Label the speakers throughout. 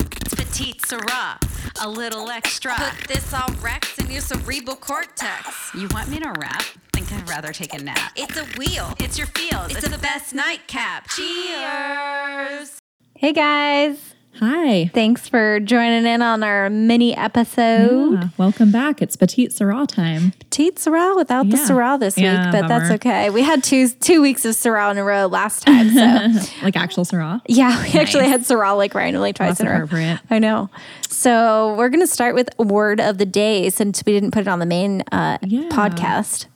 Speaker 1: petite sirah, a little extra.
Speaker 2: Put this all Rex in your cerebral cortex.
Speaker 1: You want me to rap? Think I'd rather take a nap.
Speaker 2: It's a wheel.
Speaker 1: It's your field.
Speaker 2: It's, a the best nightcap. Cheers.
Speaker 3: Hey guys,
Speaker 4: Hi.
Speaker 3: thanks for joining in on our mini episode.
Speaker 4: Yeah, welcome back. It's Petite Syrah time.
Speaker 3: Petite Syrah without the
Speaker 4: Yeah.
Speaker 3: Syrah this
Speaker 4: Yeah,
Speaker 3: week, but that's
Speaker 4: bummer.
Speaker 3: okay. We had two two weeks of Syrah in a row last time, so
Speaker 4: like actual Syrah.
Speaker 3: yeah, we actually had Syrah like randomly twice
Speaker 4: That's
Speaker 3: in a row.
Speaker 4: appropriate.
Speaker 3: I know. So we're gonna start with word of the day since we didn't put it on the main uh,
Speaker 4: Yeah.
Speaker 3: podcast.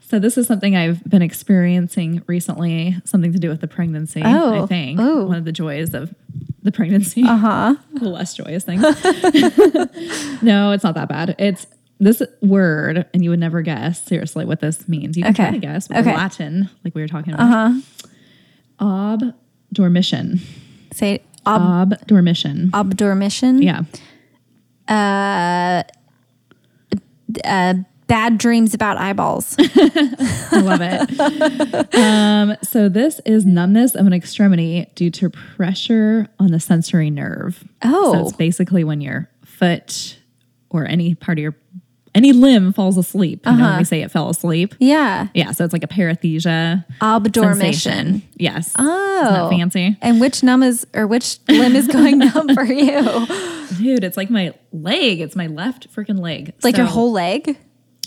Speaker 4: So this is something I've been experiencing recently, something to do with the pregnancy,
Speaker 3: Oh.
Speaker 4: I think.
Speaker 3: Oh.
Speaker 4: One of the joys of the pregnancy. Uh-huh. the less joyous thing. no, it's not that bad. It's this word, and you would never guess seriously what this means. You can
Speaker 3: Okay.
Speaker 4: kind of guess, but the
Speaker 3: Okay.
Speaker 4: Latin, like we were talking about. Uh-huh. Ob dormition.
Speaker 3: Say ob-
Speaker 4: Ob dormition.
Speaker 3: obdormition,
Speaker 4: Uh, yeah.
Speaker 3: bad dreams about eyeballs.
Speaker 4: I love it. um, so this is numbness of an extremity due to pressure on the sensory nerve.
Speaker 3: Oh.
Speaker 4: so it's basically when your foot or any part of your any limb falls asleep. You
Speaker 3: Uh-huh.
Speaker 4: know when we say it fell asleep.
Speaker 3: yeah,
Speaker 4: Yeah, so it's like a paresthesia
Speaker 3: obdormition.
Speaker 4: sensation. Yes. Oh, Isn't that fancy,
Speaker 3: And which numb is or which limb is going numb for you?
Speaker 4: dude? It's like my leg. It's my left freaking leg.
Speaker 3: Like your
Speaker 4: So-
Speaker 3: whole leg?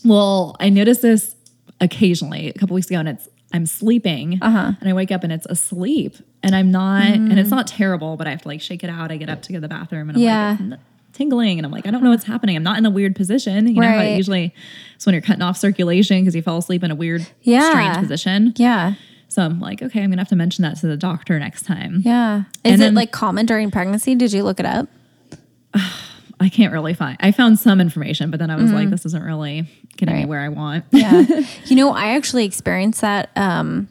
Speaker 4: Well, I notice this occasionally a couple weeks ago, and it's I'm sleeping,
Speaker 3: Uh-huh.
Speaker 4: and I wake up and it's asleep, and I'm not, and it's not terrible, but I have to like shake it out. I get up to go to the bathroom, and I'm
Speaker 3: Mm. Yeah.
Speaker 4: like it's n- tingling, and I'm like I don't know what's happening. I'm not in a weird position, you know. How
Speaker 3: Right.
Speaker 4: it usually, it's when you're cutting off circulation because you fell asleep in a weird,
Speaker 3: Yeah.
Speaker 4: strange position.
Speaker 3: Yeah.
Speaker 4: So I'm like, okay, I'm gonna have to mention that to the doctor next time.
Speaker 3: Yeah. Is
Speaker 4: And
Speaker 3: it
Speaker 4: then-
Speaker 3: like common during pregnancy? Did you look it up?
Speaker 4: I can't really find. I found some information, but then I was like, this isn't really getting me
Speaker 3: Mm. Right.
Speaker 4: where I want.
Speaker 3: Yeah. you know, I actually experienced that um,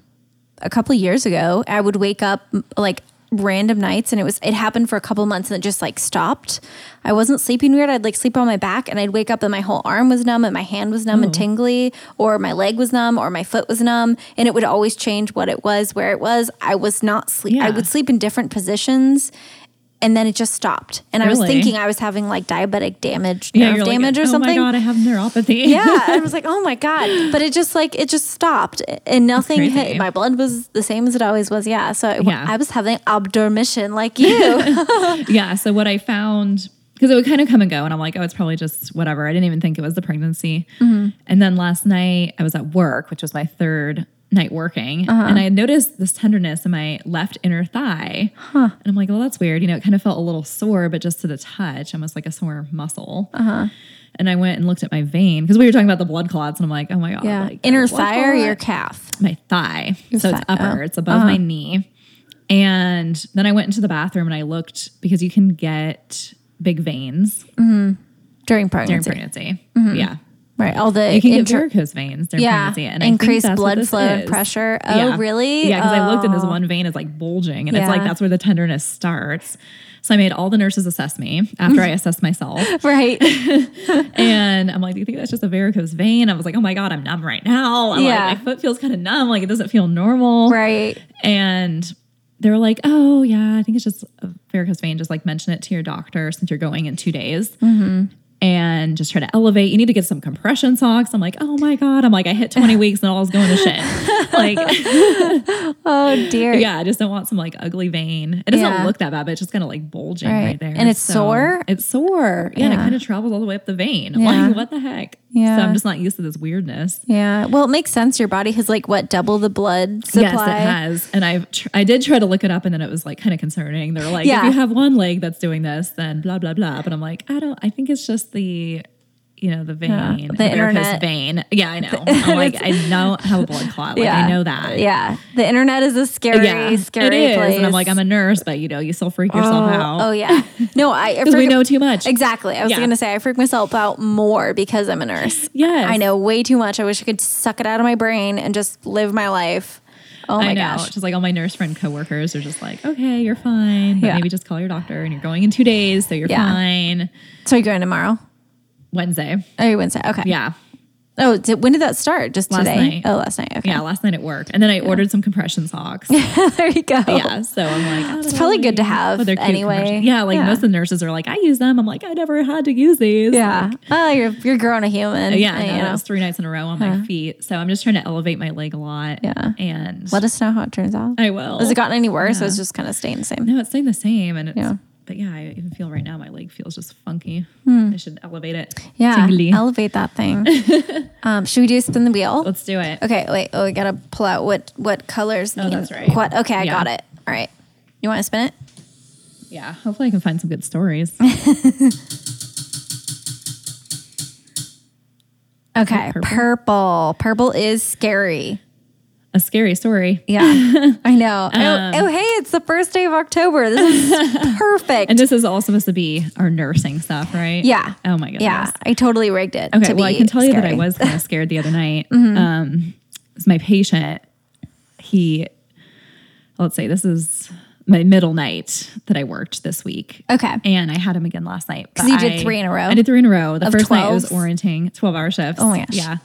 Speaker 3: a couple of years ago. I would wake up m- like random nights and it was it happened for a couple of months and it just like stopped. I wasn't sleeping weird. I'd like sleep on my back and I'd wake up and my whole arm was numb and my hand was
Speaker 4: Mm.
Speaker 3: numb and tingly or my leg was numb or my foot was numb and it would always change what it was, where it was. I was not sleep I
Speaker 4: Yeah.
Speaker 3: would sleep in different positions and then it just stopped. And I was
Speaker 4: Really?
Speaker 3: thinking I was having like diabetic damage, nerve
Speaker 4: you're like,
Speaker 3: damage or
Speaker 4: oh
Speaker 3: something.
Speaker 4: my god, I have neuropathy.
Speaker 3: Yeah, I was like, oh my god! But it just like it just stopped, and nothing
Speaker 4: crazy.
Speaker 3: hit. My blood was the same as it always was. Yeah, so it-
Speaker 4: Yeah.
Speaker 3: I was having obdormition like you.
Speaker 4: yeah. So what I found because it would kind of come and go, and I'm like, oh, it's probably just whatever. I didn't even think it was the pregnancy.
Speaker 3: Mm-hmm.
Speaker 4: And then last night I was at work, which was my third night working,
Speaker 3: Uh-huh.
Speaker 4: and I noticed this tenderness in my left inner thigh. And I'm like, well, that's weird. You know, it kind of felt a little sore, but just to the touch, almost like a sore muscle.
Speaker 3: Uh-huh.
Speaker 4: And I went and looked at my vein because we were talking about the blood clots, and I'm like, oh my god,
Speaker 3: yeah,
Speaker 4: like,
Speaker 3: inner
Speaker 4: blood
Speaker 3: thigh or
Speaker 4: clot
Speaker 3: your calf.
Speaker 4: my thigh. so
Speaker 3: thigh, oh. Uh-huh.
Speaker 4: it's upper, it's above my knee. And then I went into the bathroom and I looked because you can get big veins
Speaker 3: During
Speaker 4: during
Speaker 3: pregnancy,
Speaker 4: pregnancy. Yeah.
Speaker 3: right? All the
Speaker 4: You can
Speaker 3: Mm-hmm.
Speaker 4: get
Speaker 3: inter-
Speaker 4: varicose veins during
Speaker 3: yeah,
Speaker 4: pregnancy. And I think
Speaker 3: increased
Speaker 4: that's what
Speaker 3: blood
Speaker 4: this
Speaker 3: flow and
Speaker 4: is.
Speaker 3: pressure. Oh,
Speaker 4: Yeah.
Speaker 3: really?
Speaker 4: Yeah, because I looked and this
Speaker 3: Oh.
Speaker 4: one vein is like bulging and it's
Speaker 3: Yeah.
Speaker 4: like that's where the tenderness starts. So I made all the nurses assess me after I assessed myself.
Speaker 3: Right.
Speaker 4: And I'm like, do you think that's just a varicose vein? I was like, oh my God, I'm numb right now. I'm
Speaker 3: Yeah.
Speaker 4: like, my foot feels kind of numb. Like it doesn't feel normal.
Speaker 3: Right.
Speaker 4: And they're like, oh, yeah, I think it's just a varicose vein. Just like mention it to your doctor since you're going in two days.
Speaker 3: Mm-hmm.
Speaker 4: And just try to elevate. You need to get some compression socks. I'm like, oh my God. I'm like, I hit 20 weeks and all's going to shit. Like,
Speaker 3: Oh dear.
Speaker 4: yeah, I just don't want some like ugly vein. It doesn't
Speaker 3: Yeah.
Speaker 4: look that bad, but it's just kind of like bulging
Speaker 3: Right.
Speaker 4: right. there.
Speaker 3: And it's sore?
Speaker 4: It's sore. Yeah, And it
Speaker 3: Yeah.
Speaker 4: kind of travels all the way up the vein. I'm
Speaker 3: Yeah.
Speaker 4: like, what the heck?
Speaker 3: Yeah.
Speaker 4: So I'm just not used to this weirdness.
Speaker 3: Yeah. Well, it makes sense. Your body has like what double the blood supply.
Speaker 4: Yes, it has. And I've tr- I did try to look it up, and then it was like kind of concerning. They're like,
Speaker 3: Yeah.
Speaker 4: if you have one leg that's doing this, then blah blah blah. But I'm like, I don't. I think it's just the, you know, the vein,
Speaker 3: the
Speaker 4: varicose
Speaker 3: internet.
Speaker 4: vein. Yeah, I know. I'm like, I know how a blood clot. Like I know that.
Speaker 3: Yeah. The internet is a scary, scary
Speaker 4: it is.
Speaker 3: place.
Speaker 4: And I'm like, I'm a nurse, but you know, you still freak yourself out.
Speaker 3: Oh yeah. No, I
Speaker 4: Because we know too much.
Speaker 3: Exactly. I was
Speaker 4: Yeah.
Speaker 3: going to say I freak myself out more because I'm a nurse.
Speaker 4: Yes.
Speaker 3: I know way too much. I wish I could suck it out of my brain and just live my life. Oh my
Speaker 4: I know.
Speaker 3: gosh.
Speaker 4: Just like all my nurse friend coworkers are just like, okay, you're fine, but
Speaker 3: Yeah.
Speaker 4: maybe just call your doctor and you're going in two days, so you're
Speaker 3: Yeah.
Speaker 4: fine.
Speaker 3: So you're going tomorrow?
Speaker 4: Wednesday.
Speaker 3: Oh, you Wednesday. Okay.
Speaker 4: Yeah.
Speaker 3: Oh, did, when did that start? Just
Speaker 4: Last
Speaker 3: today?
Speaker 4: night.
Speaker 3: Oh, last night. Okay.
Speaker 4: Yeah, last night at work. And then I ordered some compression socks.
Speaker 3: there you go.
Speaker 4: yeah. So I'm like, it's
Speaker 3: probably good to have anyway.
Speaker 4: Yeah. Like
Speaker 3: Yeah.
Speaker 4: most of the nurses are like, I use them. I'm like, I never had to use these.
Speaker 3: Yeah. Oh, you're you're growing a human.
Speaker 4: Yeah,
Speaker 3: Uh,
Speaker 4: no,
Speaker 3: you
Speaker 4: that
Speaker 3: know.
Speaker 4: was three nights in a row on my feet. So I'm just trying to elevate my leg a lot.
Speaker 3: Yeah.
Speaker 4: And
Speaker 3: Let us know how it turns out.
Speaker 4: I will.
Speaker 3: Has it gotten any worse? Or it's just kind of staying the same.
Speaker 4: No, it's staying the same. And it's,
Speaker 3: Yeah.
Speaker 4: but yeah, I even feel right now my leg feels just funky. I should elevate it.
Speaker 3: Hmm. Yeah.
Speaker 4: Tingly.
Speaker 3: Elevate that thing. um, should we do spin the wheel?
Speaker 4: Let's do it.
Speaker 3: Okay, wait. Oh, we gotta pull out what what colors mean
Speaker 4: Oh, that's right.
Speaker 3: what. Okay, I
Speaker 4: Yeah.
Speaker 3: got it. All right. You want to spin it?
Speaker 4: Yeah. Hopefully I can find some good stories.
Speaker 3: Okay.
Speaker 4: purple?
Speaker 3: Purple. Purple is scary.
Speaker 4: a scary story.
Speaker 3: Yeah, I know.
Speaker 4: Um,
Speaker 3: oh, oh, hey, it's the first day of October. This is perfect.
Speaker 4: And this is all supposed to be our nursing stuff, right?
Speaker 3: yeah.
Speaker 4: Oh my goodness.
Speaker 3: Yeah, I totally rigged it.
Speaker 4: Okay,
Speaker 3: to
Speaker 4: well, I
Speaker 3: be
Speaker 4: can tell you that
Speaker 3: scary.
Speaker 4: I
Speaker 3: Mm-hmm.
Speaker 4: was kind of scared the other night. Um, it's my patient. He, let's say this is my middle night that I worked this week.
Speaker 3: Okay.
Speaker 4: and I had him again last night
Speaker 3: 'Cause you did
Speaker 4: I-
Speaker 3: three in a row?
Speaker 4: I did three in a row. The
Speaker 3: Of
Speaker 4: first night it was
Speaker 3: 12s?
Speaker 4: orienting, twelve-hour shifts.
Speaker 3: Oh my gosh.
Speaker 4: yeah,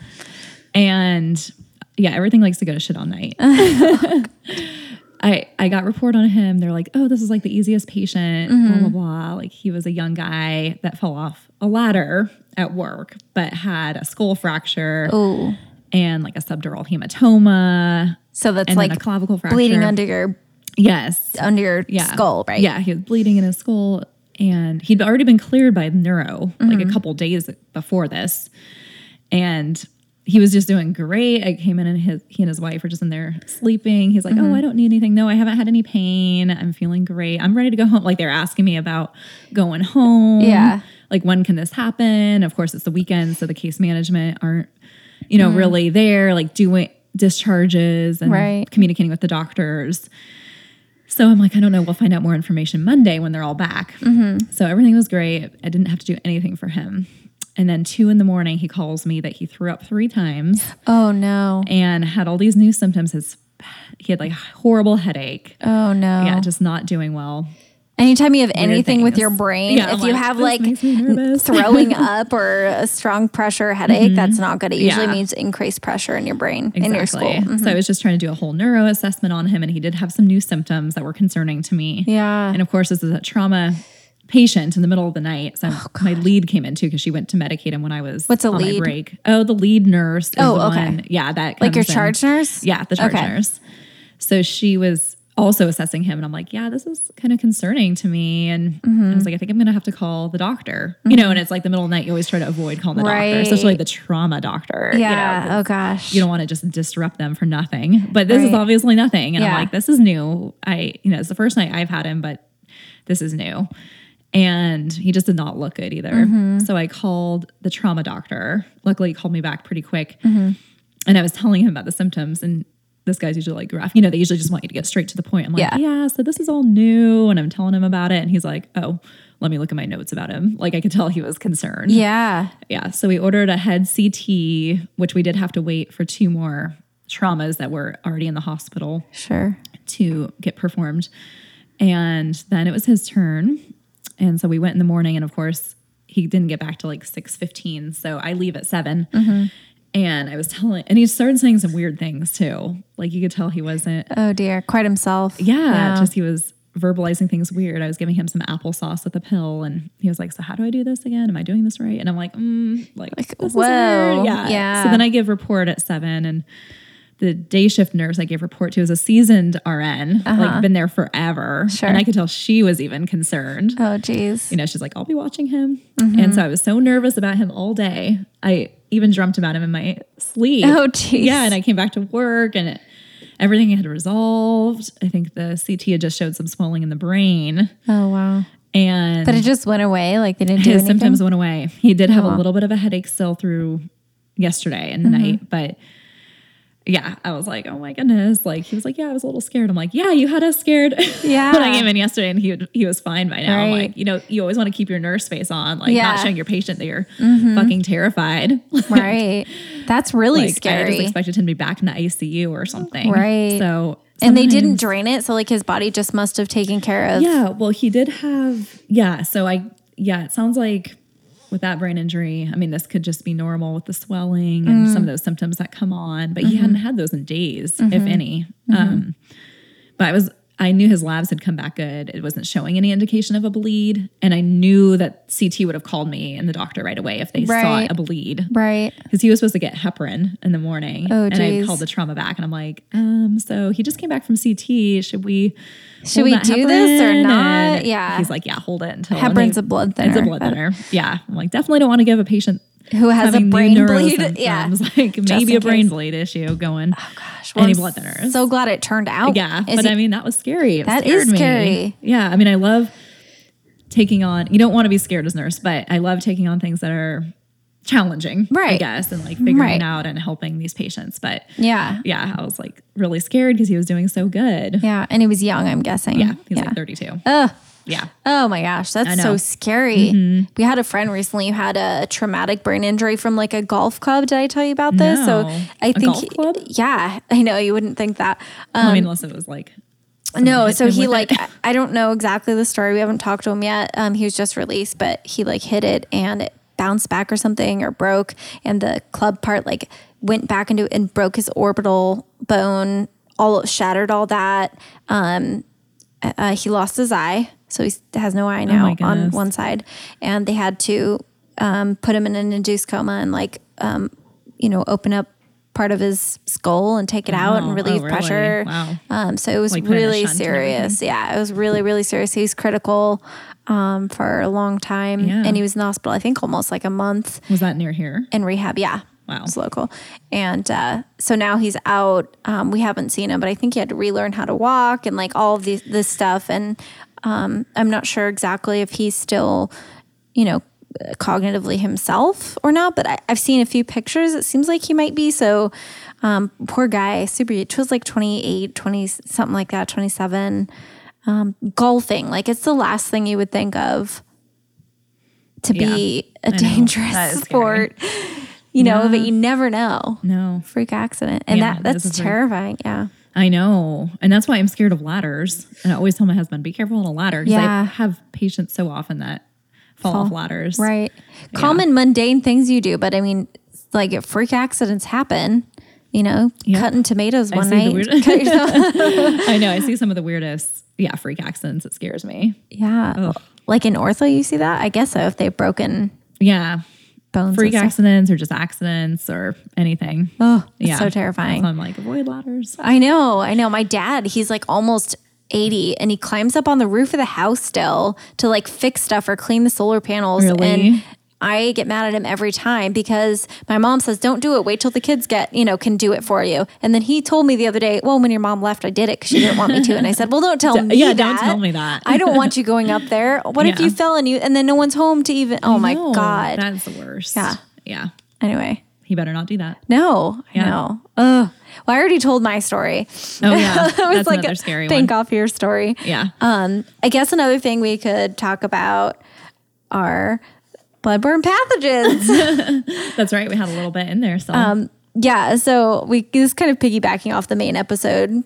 Speaker 4: and yeah, everything likes to go to shit all night. I, I got report on him. They're like, oh, this is like the easiest patient,
Speaker 3: Mm-hmm.
Speaker 4: blah, blah, blah. Like he was a young guy that fell off a ladder at work, but had a skull fracture
Speaker 3: Ooh.
Speaker 4: and like a subdural hematoma.
Speaker 3: So that's
Speaker 4: and then
Speaker 3: like
Speaker 4: a clavicle fracture.
Speaker 3: bleeding under your
Speaker 4: Yes.
Speaker 3: under your
Speaker 4: Yeah.
Speaker 3: skull, right?
Speaker 4: Yeah. He was bleeding in his skull and he'd already been cleared by neuro
Speaker 3: Mm-hmm.
Speaker 4: like a couple days before this. And he was just doing great. I came in and his he and his wife were just in there sleeping. He's like, Oh,
Speaker 3: Mm-hmm.
Speaker 4: I don't need anything. No, I haven't had any pain. I'm feeling great. I'm ready to go home. Like they're asking me about going home.
Speaker 3: Yeah.
Speaker 4: Like when can this happen? Of course it's the weekend, so the case management aren't, you
Speaker 3: Mm-hmm.
Speaker 4: know, really there, like doing discharges and
Speaker 3: Right.
Speaker 4: communicating with the doctors. So I'm like, I don't know. We'll find out more information Monday when they're all back.
Speaker 3: Mm-hmm.
Speaker 4: So everything was great. I didn't have to do anything for him. And then two in the morning, he calls me that he threw up three times
Speaker 3: Oh no.
Speaker 4: and had all these new symptoms. His he had like horrible headache.
Speaker 3: Oh no.
Speaker 4: Yeah, just not doing well.
Speaker 3: Anytime you have anything with
Speaker 4: things.
Speaker 3: your brain,
Speaker 4: Yeah,
Speaker 3: if
Speaker 4: I'm
Speaker 3: you
Speaker 4: like,
Speaker 3: have
Speaker 4: "This
Speaker 3: like
Speaker 4: makes me nervous."
Speaker 3: throwing up or a strong pressure headache, that's not good. It usually
Speaker 4: Mm-hmm. Yeah.
Speaker 3: means increased pressure in your brain in your Mm-hmm. skull.
Speaker 4: So I was just trying to do a whole neuro assessment on him, and he did have some new symptoms that were concerning to me.
Speaker 3: Yeah.
Speaker 4: And of course, this is a trauma patient in the middle of the night. So my lead came in too because she went to medicate him when I was
Speaker 3: Oh, What's a
Speaker 4: on
Speaker 3: lead?
Speaker 4: my break. Oh, the lead nurse. Is
Speaker 3: Oh,
Speaker 4: the
Speaker 3: okay.
Speaker 4: One, yeah, that
Speaker 3: Like your
Speaker 4: comes in.
Speaker 3: charge nurse?
Speaker 4: Yeah, the charge
Speaker 3: Okay.
Speaker 4: nurse. So she was also assessing him, and I'm like, yeah, this is kind of concerning to me. And
Speaker 3: Mm-hmm.
Speaker 4: I was like, I think I'm gonna have to call the doctor. You know, and it's like the middle of the night. You always try to avoid calling the doctor, especially
Speaker 3: Right.
Speaker 4: the trauma doctor. you know,
Speaker 3: Yeah.
Speaker 4: 'cause
Speaker 3: oh gosh.
Speaker 4: you don't want to just disrupt them for nothing. But this is
Speaker 3: Right.
Speaker 4: obviously nothing. And
Speaker 3: Yeah.
Speaker 4: I'm like, this is new. I, you know, it's the first night I've had him, but this is new. And he just did not look good either.
Speaker 3: Mm-hmm.
Speaker 4: So I called the trauma doctor. Luckily, he called me back pretty quick.
Speaker 3: Mm-hmm.
Speaker 4: And I was telling him about the symptoms. And this guy's usually like gruff. You know, they usually just want you to get straight to the point. I'm like,
Speaker 3: Yeah.
Speaker 4: yeah, so this is all new. And I'm telling him about it. And he's like, oh, let me look at my notes about him. Like I could tell he was concerned.
Speaker 3: yeah.
Speaker 4: Yeah. So we ordered a head CT, which we did have to wait for two more traumas that were already in the hospital
Speaker 3: Sure.
Speaker 4: to get performed. And then it was his turn. And so we went in the morning and of course he didn't get back to like 6:15. So I leave at 7. And I was telling and he started saying some weird things too. Like you could tell he wasn't
Speaker 3: Oh dear. Quite himself.
Speaker 4: yeah, just he was verbalizing things weird. I was giving him some applesauce with a pill, and he was like, "So how do I do this again? Am I doing this right?" And I'm like, mm, "Like, this is
Speaker 3: whoa,
Speaker 4: weird. yeah."
Speaker 3: yeah.
Speaker 4: So then I give report at seven, and the day shift nurse I gave report to is a seasoned RN, like been there forever,
Speaker 3: Uh-huh. Sure.
Speaker 4: and I could tell she was even concerned
Speaker 3: Oh geez.
Speaker 4: you know, she's like, I'll be watching him.
Speaker 3: Mm-hmm.
Speaker 4: And so I was so nervous about him all day. I even dreamt about him in my sleep.
Speaker 3: Oh, geez.
Speaker 4: Yeah. And I came back to work and it, everything had resolved. I think the CT had just showed some swelling in the brain.
Speaker 3: Oh wow.
Speaker 4: And
Speaker 3: But it just went away. Like they didn't do
Speaker 4: his
Speaker 3: anything.
Speaker 4: symptoms went away. He did have a little bit of a headache still through yesterday and the
Speaker 3: Mm-hmm.
Speaker 4: night, but yeah, I was like, oh my goodness. Like he was like, yeah, I was a little scared. I'm like, yeah, you had us scared.
Speaker 3: Yeah.
Speaker 4: when I came in yesterday and he would, he was fine by now. I'm
Speaker 3: Right.
Speaker 4: like, you know, you always want to keep your nurse face on, like
Speaker 3: Yeah. Mm-hmm.
Speaker 4: not showing your patient that you're fucking terrified.
Speaker 3: right. That's really
Speaker 4: like I just
Speaker 3: scary.
Speaker 4: expected him to be back in the ICU or something.
Speaker 3: Right.
Speaker 4: So
Speaker 3: and they
Speaker 4: sometimes-
Speaker 3: didn't drain it, so like his body just must have taken care of.
Speaker 4: Yeah, well, he did have. Yeah, so I. Yeah, it sounds like with that brain injury, I mean, this could just be normal with the swelling and some of those symptoms that come on. But he hadn't had those in days, if any. Um, but I was, I knew his labs had come back good. It wasn't showing any indication of a bleed, and I knew that CT would have called me and the doctor right away if they
Speaker 3: Right.
Speaker 4: saw a bleed
Speaker 3: Right.
Speaker 4: because he was supposed to get heparin in the morning.
Speaker 3: Oh,
Speaker 4: and I
Speaker 3: geez.
Speaker 4: called the trauma back, and I'm like, um, so he just came back from CT. Should we?
Speaker 3: Should
Speaker 4: hold
Speaker 3: we
Speaker 4: that
Speaker 3: do this or
Speaker 4: heparin?
Speaker 3: not?
Speaker 4: And
Speaker 3: Yeah.
Speaker 4: He's like, yeah, hold it until and
Speaker 3: Heparin's
Speaker 4: they-
Speaker 3: a blood
Speaker 4: It's a
Speaker 3: thinner,
Speaker 4: blood
Speaker 3: but-
Speaker 4: thinner. Yeah, I'm like, definitely don't want to give a patient
Speaker 3: Who has a
Speaker 4: having new
Speaker 3: brain
Speaker 4: neuro
Speaker 3: bleed? Yeah.
Speaker 4: symptoms, like maybe
Speaker 3: in
Speaker 4: a brain
Speaker 3: case.
Speaker 4: bleed issue going. Oh
Speaker 3: Gosh,
Speaker 4: any
Speaker 3: I'm
Speaker 4: blood thinners?
Speaker 3: So glad it turned out.
Speaker 4: yeah,
Speaker 3: Is
Speaker 4: but
Speaker 3: he-
Speaker 4: I mean that was scary. It
Speaker 3: That
Speaker 4: scared
Speaker 3: is
Speaker 4: me.
Speaker 3: scary.
Speaker 4: Yeah, I mean I love taking on. You don't want to be scared as a nurse, but I love taking on things that are challenging, I
Speaker 3: Right.
Speaker 4: guess, and like figuring
Speaker 3: Right.
Speaker 4: it out and helping these patients. But
Speaker 3: yeah.
Speaker 4: yeah, I was like really scared because he was doing so good. Yeah,
Speaker 3: Yeah. And he was young, I'm guessing.
Speaker 4: he's like 32.
Speaker 3: Ugh.
Speaker 4: yeah,
Speaker 3: Oh my gosh, that's so
Speaker 4: know. Mm-hmm.
Speaker 3: scary. We had a friend recently who had a traumatic brain injury from like a golf club. Did I tell you about this?
Speaker 4: No.
Speaker 3: So I
Speaker 4: A
Speaker 3: think,
Speaker 4: golf club?
Speaker 3: yeah, I know you wouldn't think that.
Speaker 4: Well, I
Speaker 3: Um,
Speaker 4: mean unless it was like
Speaker 3: No, so
Speaker 4: him
Speaker 3: he
Speaker 4: with
Speaker 3: like
Speaker 4: it?
Speaker 3: I- I don't know exactly the story. We haven't talked to him yet. Um, he was just released, but he like hit it and it bounced back or something or broke, and the club part like went back into and broke his orbital bone, all shattered, all that. Um, uh, he lost his eye, so he has no eye now
Speaker 4: Oh my
Speaker 3: on
Speaker 4: goodness.
Speaker 3: one side, and they had to um, put him in an induced coma and like um, you know open up part of his skull and take it out
Speaker 4: Oh, oh,
Speaker 3: and relieve
Speaker 4: really?
Speaker 3: pressure.
Speaker 4: Wow.
Speaker 3: Um, so it was
Speaker 4: Like putting a
Speaker 3: really
Speaker 4: shunt and
Speaker 3: serious. Yeah, it was really, really serious. He was critical um, for a long time,
Speaker 4: Yeah.
Speaker 3: and he was in the hospital. I think almost like a month
Speaker 4: was that near here?
Speaker 3: in rehab. Yeah,
Speaker 4: Wow.
Speaker 3: it was local, and uh, so now he's out. Um, we haven't seen him, but I think he had to relearn how to walk and like all of these, this stuff. And um, I'm not sure exactly if he's still, you know, cognitively himself or not. But I, I've seen a few pictures. It seems like he might be. So um, poor guy, super. It was like 28, 20 something like that, 27. Um, golfing, like it's the last thing you would think of to be a
Speaker 4: know. That
Speaker 3: dangerous
Speaker 4: is scary.
Speaker 3: sport you know, but you never know.
Speaker 4: No,
Speaker 3: Freak accident. And
Speaker 4: Yeah,
Speaker 3: that
Speaker 4: this
Speaker 3: that's
Speaker 4: is very-
Speaker 3: terrifying. Yeah.
Speaker 4: I know. And that's why I'm scared of ladders. And I always tell my husband, be careful on a ladder. Because
Speaker 3: Yeah.
Speaker 4: I have patients so often that fall, off ladders.
Speaker 3: Right. Common mundane things you do, but I mean like if freak accidents happen, you know, cutting tomatoes one
Speaker 4: see the
Speaker 3: night.
Speaker 4: weird-
Speaker 3: cut yourself-
Speaker 4: I know. I see some of the weirdest, yeah, freak accidents. It scares me.
Speaker 3: yeah.
Speaker 4: Oh.
Speaker 3: Like in ortho you see that? I guess so if they've broken
Speaker 4: Yeah.
Speaker 3: bones.
Speaker 4: Freak
Speaker 3: and stuff.
Speaker 4: accidents or just accidents or anything.
Speaker 3: Oh, it's
Speaker 4: yeah.
Speaker 3: so terrifying.
Speaker 4: So I'm like, avoid ladders.
Speaker 3: I know, I know. My dad, he's like almost 80 and he climbs up on the roof of the house still to like fix stuff or clean the solar panels.
Speaker 4: Really?
Speaker 3: And I get mad at him every time because my mom says, don't do it. Wait till the kids get, you know, can do it for you. And then he told me the other day, well, when your mom left, I did it because she didn't want me to. And I said, well, don't tell me
Speaker 4: yeah,
Speaker 3: that.
Speaker 4: don't tell me that.
Speaker 3: I don't want you going up there. What if
Speaker 4: Yeah.
Speaker 3: you fell and you, and then no one's home to even, oh my
Speaker 4: No,
Speaker 3: God.
Speaker 4: That's the worst.
Speaker 3: Yeah.
Speaker 4: Yeah.
Speaker 3: anyway.
Speaker 4: He better not do that.
Speaker 3: No, I
Speaker 4: Yeah.
Speaker 3: know. Ugh. Well, I already told my story.
Speaker 4: Oh, yeah.
Speaker 3: it was
Speaker 4: that's
Speaker 3: like
Speaker 4: another
Speaker 3: a
Speaker 4: scary
Speaker 3: bank
Speaker 4: one.
Speaker 3: off your story.
Speaker 4: Yeah.
Speaker 3: Um, I guess another thing we could talk about are bloodborne pathogens.
Speaker 4: That's right. We had a little bit in there. So
Speaker 3: um, yeah, so we this is kind of piggybacking off the main episode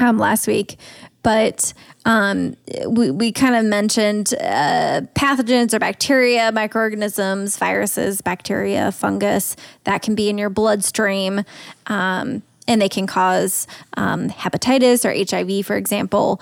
Speaker 3: um, last week, but um, we we kind of mentioned uh, pathogens or bacteria, microorganisms, viruses, bacteria, fungus that can be in your bloodstream. Um, and they can cause um, hepatitis or HIV, for example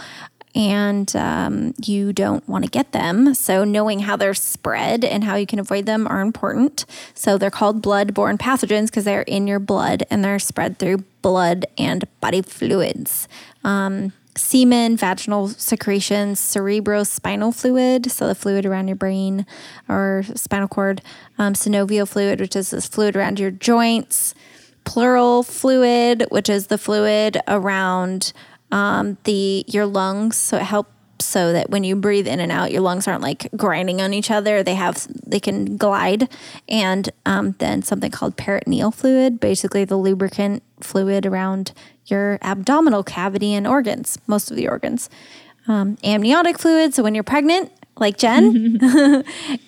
Speaker 3: and um, you don't want to get them. So, knowing how they're spread and how you can avoid them are important. So, they're called blood-borne pathogens because they're in your blood and they're spread through blood and body fluids. Um, semen, vaginal secretions, cerebrospinal fluid, so the fluid around your brain or spinal cord, um, synovial fluid, which is this fluid around your joints, pleural fluid, which is the fluid around um, the your lungs, so it helps so that when you breathe in and out, your lungs aren't like grinding on each other. They have they can glide, and um, then something called peritoneal fluid, basically the lubricant fluid around your abdominal cavity and organs, most of the organs. Um, amniotic fluid, so when you're pregnant, like Jen,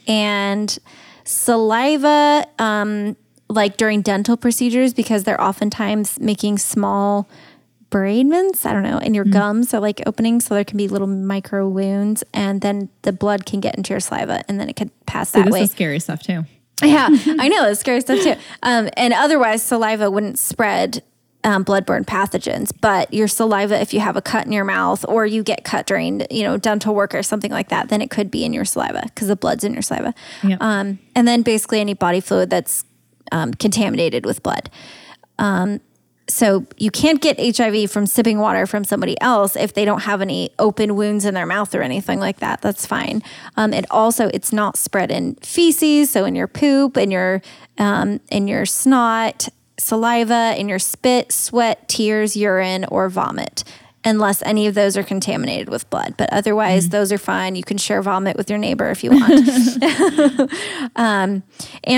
Speaker 3: and saliva um, like during dental procedures because they're oftentimes making small debridements, I don't know, in your
Speaker 4: Mm.
Speaker 3: gums are like opening, so there can be little micro wounds, and then the blood can get into your saliva, and then it could pass that
Speaker 4: this
Speaker 3: way.
Speaker 4: is scary stuff too.
Speaker 3: Yeah, I know it's scary stuff too. Um, and otherwise, saliva wouldn't spread um, bloodborne pathogens. But your saliva, if you have a cut in your mouth or you get cut during, you know, dental work or something like that, then it could be in your saliva because the blood's in your saliva.
Speaker 4: Yep.
Speaker 3: Um, and then basically any body fluid that's um, contaminated with blood. So you can't get HIV from sipping water from somebody else if they don't have any open wounds in their mouth or anything like that. That's fine. Um, it also it's not spread in feces, so in your poop, in your um, in your snot, saliva, in your spit, sweat, tears, urine, or vomit. Unless any of those are contaminated with blood, but otherwise those are fine. You can share vomit with your neighbor if you want. And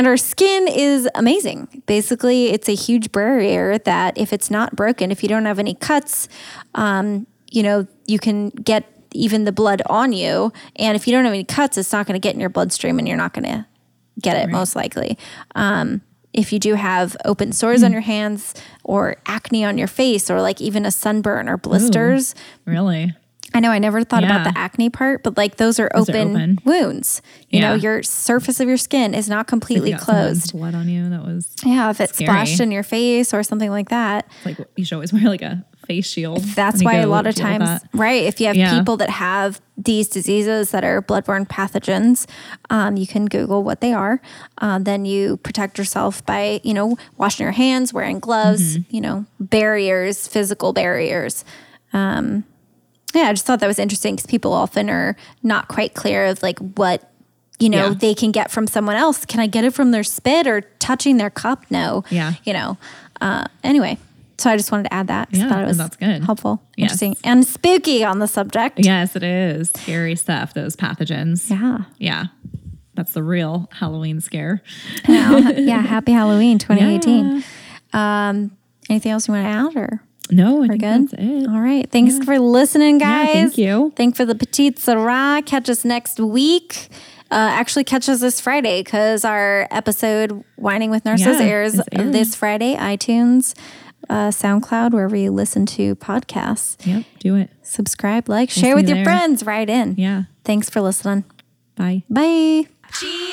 Speaker 3: our skin is amazing. Basically, it's a huge barrier that if it's not broken, if you don't have any cuts, um, you know, you can get even the blood on you. And if you don't have any cuts, it's not going to get in your bloodstream and you're not going to get it most likely. Um, if you do have open sores on your hands or acne on your face or like even a sunburn or blisters,
Speaker 4: Really?
Speaker 3: I know I never thought
Speaker 4: Yeah.
Speaker 3: about the acne part, but like those are,
Speaker 4: are
Speaker 3: open,
Speaker 4: open.
Speaker 3: wounds. You know,
Speaker 4: Yeah.
Speaker 3: your surface of your skin is not completely
Speaker 4: You got someone's
Speaker 3: closed.
Speaker 4: Blood on you. That was
Speaker 3: Yeah, if it
Speaker 4: Scary.
Speaker 3: splashed in your face or something like that.
Speaker 4: like you should always wear like a face shield.
Speaker 3: That's
Speaker 4: when you
Speaker 3: why a
Speaker 4: go
Speaker 3: lot of
Speaker 4: deal with
Speaker 3: times,
Speaker 4: that.
Speaker 3: right? If you have
Speaker 4: Yeah.
Speaker 3: people that have these diseases that are bloodborne pathogens, um, you can Google what they are. Uh, then you protect yourself by, you know, washing your hands, wearing gloves,
Speaker 4: Mm-hmm.
Speaker 3: you know, barriers, physical barriers. Um, yeah, I just thought that was interesting because people often are not quite clear of like what. You know,
Speaker 4: Yeah.
Speaker 3: they can get from someone else. Can I get it from their spit or touching their cup? No.
Speaker 4: Yeah.
Speaker 3: You know, uh, anyway. So I just wanted to add that. 'cause I
Speaker 4: Yeah,
Speaker 3: thought it
Speaker 4: no,
Speaker 3: was
Speaker 4: that's good.
Speaker 3: helpful,
Speaker 4: Yes.
Speaker 3: interesting, and spooky on the subject.
Speaker 4: Yes, it is scary stuff. Those pathogens.
Speaker 3: Yeah.
Speaker 4: Yeah. That's the real Halloween scare.
Speaker 3: Now, yeah. Happy Halloween 2018. Um, anything else you want to add or?
Speaker 4: No, I think
Speaker 3: good?
Speaker 4: that's it.
Speaker 3: All right. Thanks for listening,
Speaker 4: Yeah,
Speaker 3: guys.
Speaker 4: thank you.
Speaker 3: Thank for the petite Sarah. Catch us next week. Uh, actually, catch us this Friday because our episode "Whining with Nurses"
Speaker 4: Yeah,
Speaker 3: airs
Speaker 4: it's airing.
Speaker 3: this Friday. iTunes, uh, SoundCloud, wherever you listen to podcasts.
Speaker 4: Yep. Do it.
Speaker 3: Subscribe, like, share
Speaker 4: see
Speaker 3: with
Speaker 4: you
Speaker 3: your
Speaker 4: there.
Speaker 3: friends. Write in.
Speaker 4: Yeah.
Speaker 3: Thanks for listening.
Speaker 4: Bye.
Speaker 3: Bye.
Speaker 1: Cheers.